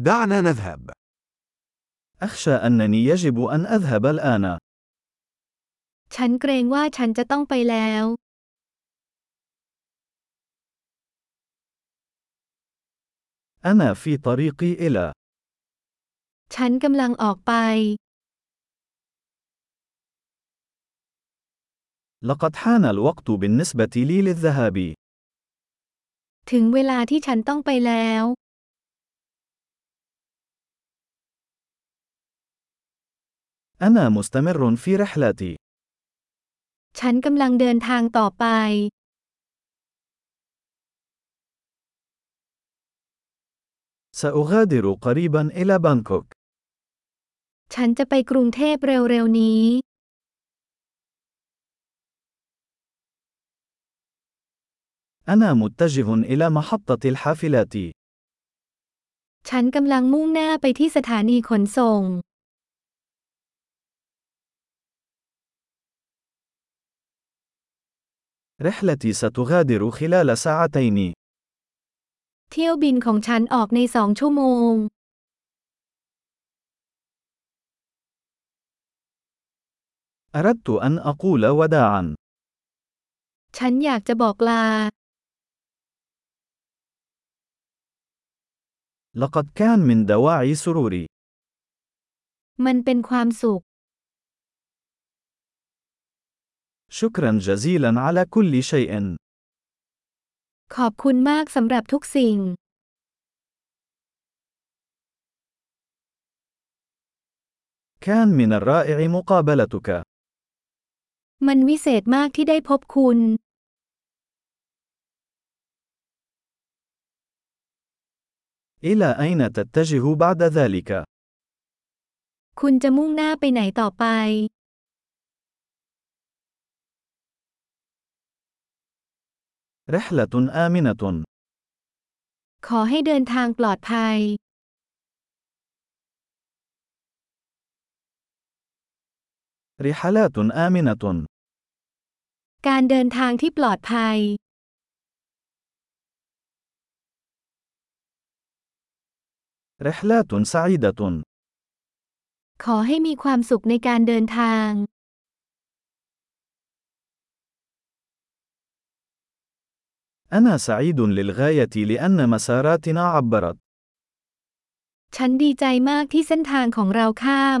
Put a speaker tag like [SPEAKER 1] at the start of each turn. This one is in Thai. [SPEAKER 1] دعنا نذهب.
[SPEAKER 2] أخشى أنني يجب أن أذهب الآن.
[SPEAKER 3] ฉันเกรงว่าฉันจะต้องไปแล้ว
[SPEAKER 2] أنا في طريقي إلى.
[SPEAKER 3] ฉันกำลังออกไป
[SPEAKER 2] لقد حان الوقت بالنسبة لي للذهاب.
[SPEAKER 3] ถึงเวลาที่ฉันต้องไปแล้ว
[SPEAKER 2] أنا مستمر في رحلتي.
[SPEAKER 3] ฉันกำลังเดินทางต่อไป
[SPEAKER 2] سأغادر قريبا إلى بانكوك.
[SPEAKER 3] ฉันจะไปกรุงเทพเร็วๆนี้
[SPEAKER 2] أنا متجه إلى محطة الحافلات.
[SPEAKER 3] ฉันกำลังมุ่งหน้าไปที่สถานีขนส่ง
[SPEAKER 2] رحلتي ستغادر خلال ساعتين.
[SPEAKER 3] เที่ยวบินของฉันออกในสองชั่วโมง
[SPEAKER 2] أردت أن أقول وداعاً.
[SPEAKER 3] ฉันอยากจะบอกลา
[SPEAKER 2] لقد كان من دواعي سروري.
[SPEAKER 3] มันเป็นความสุข
[SPEAKER 2] شكرا جزيلا على كل شيء.
[SPEAKER 3] ขอบคุณมากสำหรับทุกสิ่ง
[SPEAKER 2] كان من الرائع مقابلتك.
[SPEAKER 3] มันวิเศษมากที่ได้พบคุณ
[SPEAKER 2] إلى أين تتجه بعد ذلك؟
[SPEAKER 3] คุณจะมุ่งหน้าไปไหนต่อไป
[SPEAKER 2] رحلة آمنة.
[SPEAKER 3] ขอให้เดินทางปลอดภัย
[SPEAKER 2] رحلات آمنة.
[SPEAKER 3] การเดินทางที่ปลอดภัย
[SPEAKER 2] رحلات سعيدة.
[SPEAKER 3] ขอให้มีความสุขในการเดินทาง
[SPEAKER 2] أنا سعيد للغاية لأن مساراتنا عبرت.
[SPEAKER 3] ฉันดีใจมากที่เส้นทางของเราข้าม